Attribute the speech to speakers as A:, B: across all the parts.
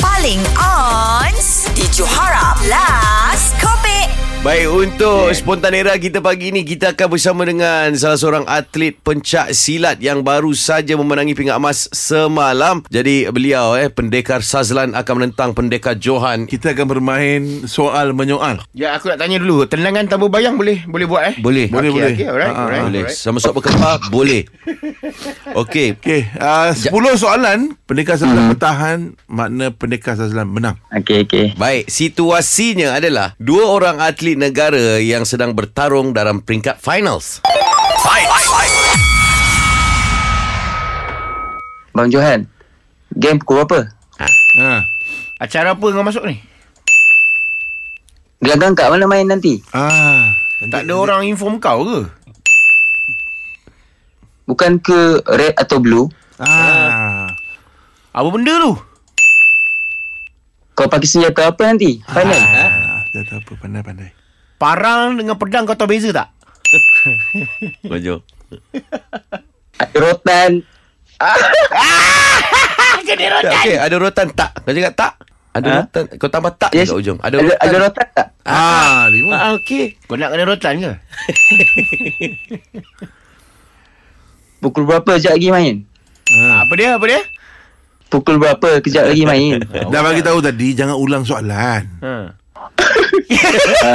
A: paling on di Johara Plus Kopi.
B: Baik, untuk yeah. spontan era kita pagi ini kita akan bersama dengan salah seorang atlet pencak silat yang baru saja memenangi pingat emas semalam. Jadi beliau eh pendekar Sazlan akan menentang pendekar Johan.
C: Kita akan bermain soal menyoal.
D: Ya, aku nak tanya dulu. Tendangan tanpa bayang boleh boleh buat eh?
B: Boleh.
D: Boleh,
C: Boleh,
D: okay,
C: boleh.
D: Okay, alright,
C: Ah, ah,
D: alright,
B: Boleh.
D: alright.
B: Sama sok berkepar boleh. Okey.
C: Okey, uh, 10 soalan pendekar
D: Hmm.
C: Sazlan bertahan, makna pendekar Sazlan menang.
E: Okey, okey.
B: Baik, situasinya adalah dua orang atlet negara yang sedang bertarung dalam peringkat finals.
E: Bang Johan, game pukul berapa?
C: Ha.
D: Acara apa kau masuk ni?
E: Gelanggang kat mana main nanti?
C: Ah.
D: Tak ada orang inform kau ke?
E: Bukan ke red atau blue?
D: Ha.
C: Ah.
D: Apa benda tu?
E: Kau pakai senjata apa nanti? Final?
C: Ah, dia tahu apa pandai-pandai.
D: Parang dengan pedang kau tahu beza tak?
B: Maju.
E: Ada rotan.
B: Ya, Okey, ada rotan tak? Kau cakap tak? Ada ha? rotan. Kau tambah tak yes.
E: Yes.
B: dekat ujung. Ada
E: Ada,
B: rotan.
E: ada rotan tak?
C: Ah, lima.
D: Ah, okey. Kau nak kena rotan ke?
E: Pukul berapa kejap lagi main?
C: Ah.
D: Apa dia? Apa dia?
E: Pukul berapa kejap lagi main?
C: Dah bagi tahu tadi jangan ulang soalan.
D: Ha.
C: Ha,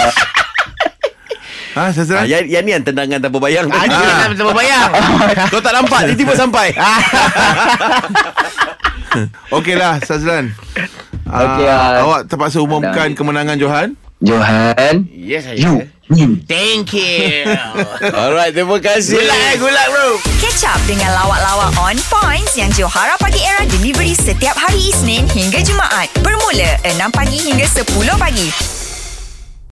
B: Ah,
C: Sazlan.
B: yang, yang ni yang tendangan tanpa bayang.
D: Ah,
B: tadi.
D: ah. Tanpa bayang.
B: Kau tak nampak, tiba-tiba sampai.
C: Okeylah, Sazlan.
E: Okey,
C: ah,
E: ah.
C: awak terpaksa umumkan kemenangan Johan.
E: Johan,
D: Yes, saya.
E: you win.
D: Thank you.
B: Alright, terima kasih.
D: good luck, eh. good luck, bro.
A: Catch up dengan lawak-lawak on points yang Johara Pagi Era delivery setiap hari Isnin hingga Jumaat. Bermula 6 pagi hingga 10 pagi.